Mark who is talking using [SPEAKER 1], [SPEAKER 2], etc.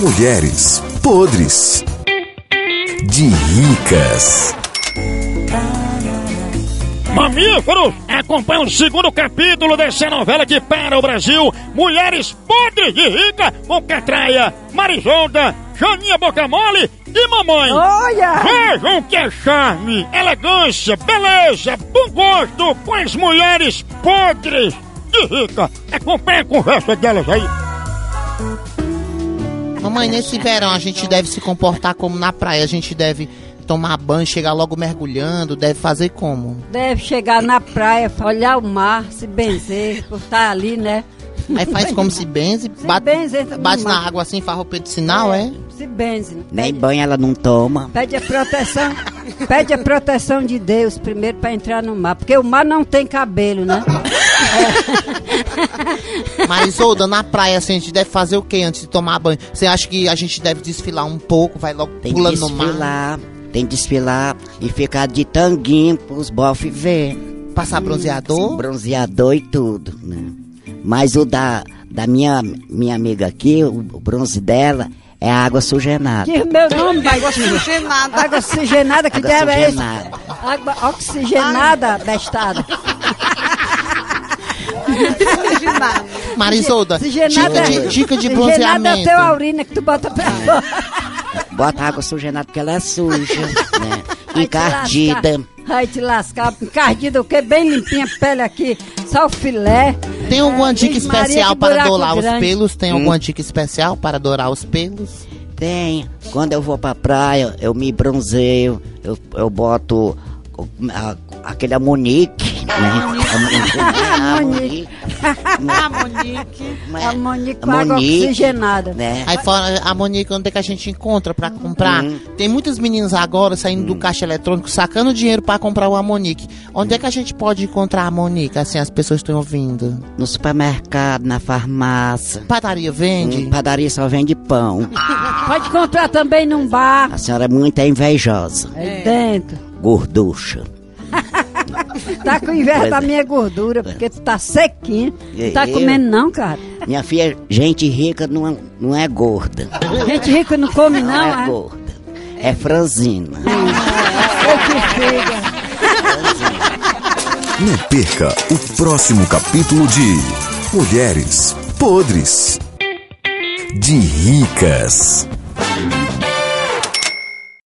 [SPEAKER 1] Mulheres podres de ricas.
[SPEAKER 2] Mamíferos, acompanha o segundo capítulo dessa novela que para o Brasil. Mulheres podres de rica, com Catraia, Marisolda, Janinha Boca Mole e Mamãe.
[SPEAKER 3] Olha!
[SPEAKER 2] Vejam que é charme, elegância, beleza, bom gosto com as mulheres podres de rica. Acompanha a conversa delas aí.
[SPEAKER 4] Mamãe, nesse verão a gente deve se comportar como na praia. A gente deve tomar banho, chegar logo mergulhando, deve fazer como?
[SPEAKER 3] Deve chegar na praia, olhar o mar, se benzer, por estar ali, né?
[SPEAKER 4] Aí faz como se benze, bate,
[SPEAKER 3] benze, tá
[SPEAKER 4] bate
[SPEAKER 3] no
[SPEAKER 4] na
[SPEAKER 3] mar.
[SPEAKER 4] água assim, farroupilha de sinal, é?
[SPEAKER 3] Se benze.
[SPEAKER 4] Né?
[SPEAKER 5] Nem banho ela não toma.
[SPEAKER 3] Pede a proteção, pede a proteção de Deus primeiro para entrar no mar, porque o mar não tem cabelo, né?
[SPEAKER 4] Mas, Oda, na praia assim, a gente deve fazer o quê antes de tomar banho? Você acha que a gente deve desfilar um pouco, vai logo
[SPEAKER 5] Tem que
[SPEAKER 4] pulando no mar,
[SPEAKER 5] desfilar, tem que desfilar e ficar de tanguinho pros bofe ver.
[SPEAKER 4] passar
[SPEAKER 5] Hum,
[SPEAKER 4] bronzeador?
[SPEAKER 5] Bronzeador e tudo, né? Mas o da, da minha, minha amiga aqui, o, o bronze dela, é a água sugenada.
[SPEAKER 3] Diz meu nome, Baixinho. Água oxigenada que
[SPEAKER 5] Água
[SPEAKER 3] dela é esse?
[SPEAKER 5] sugenada.
[SPEAKER 3] Água oxigenada, bestada.
[SPEAKER 4] Marisolda,
[SPEAKER 3] Oxigenada. é
[SPEAKER 4] dica de, dica de
[SPEAKER 3] Oxigenada é teu a
[SPEAKER 4] bronzeamento.
[SPEAKER 3] urina que tu bota pra fora.
[SPEAKER 5] Bota água sugenada porque ela é suja, né?
[SPEAKER 3] Vai te
[SPEAKER 5] Encardida.
[SPEAKER 3] lascar. Vai te lascar. Encardida o quê? Bem limpinha a pele aqui. Só o filé.
[SPEAKER 4] Tem alguma
[SPEAKER 3] É,
[SPEAKER 4] dica
[SPEAKER 3] Luiz Maria,
[SPEAKER 4] especial
[SPEAKER 3] que
[SPEAKER 4] para
[SPEAKER 3] buraco
[SPEAKER 4] dourar os
[SPEAKER 3] grande.
[SPEAKER 4] pelos? Tem
[SPEAKER 5] Hum.
[SPEAKER 4] alguma dica especial para dourar os pelos?
[SPEAKER 5] Tem. Quando eu vou pra praia, eu me bronzeio, eu, eu boto o- a- aquele amonique. Né? Amonique. Amonique. Né?
[SPEAKER 3] É,
[SPEAKER 5] É
[SPEAKER 3] A Monique com água
[SPEAKER 5] Amonique,
[SPEAKER 3] oxigenada.
[SPEAKER 5] Né?
[SPEAKER 4] Aí fora a Monique, onde é que a gente encontra pra comprar? Tem muitas meninas agora saindo do caixa eletrônico, sacando dinheiro pra comprar o Amonique. Onde é que a gente pode encontrar a Monique? Assim, as pessoas estão ouvindo.
[SPEAKER 5] No supermercado, na farmácia.
[SPEAKER 4] Padaria vende?
[SPEAKER 5] Em padaria só vende pão.
[SPEAKER 3] Pode comprar também num bar.
[SPEAKER 5] A senhora é muito invejosa.
[SPEAKER 3] Aí dentro.
[SPEAKER 5] Gorducha.
[SPEAKER 3] Tá com inveja
[SPEAKER 5] Pois
[SPEAKER 3] da
[SPEAKER 5] é.
[SPEAKER 3] minha gordura, porque tu tá sequinho. Não tá
[SPEAKER 5] Eu-
[SPEAKER 3] comendo não, cara.
[SPEAKER 5] Minha filha, gente rica não é, não é gorda.
[SPEAKER 3] Gente rica não come
[SPEAKER 5] Não,
[SPEAKER 3] não,
[SPEAKER 5] é,
[SPEAKER 3] é?
[SPEAKER 5] gorda. É franzina.
[SPEAKER 1] Não perca o próximo capítulo de Mulheres podres de ricas.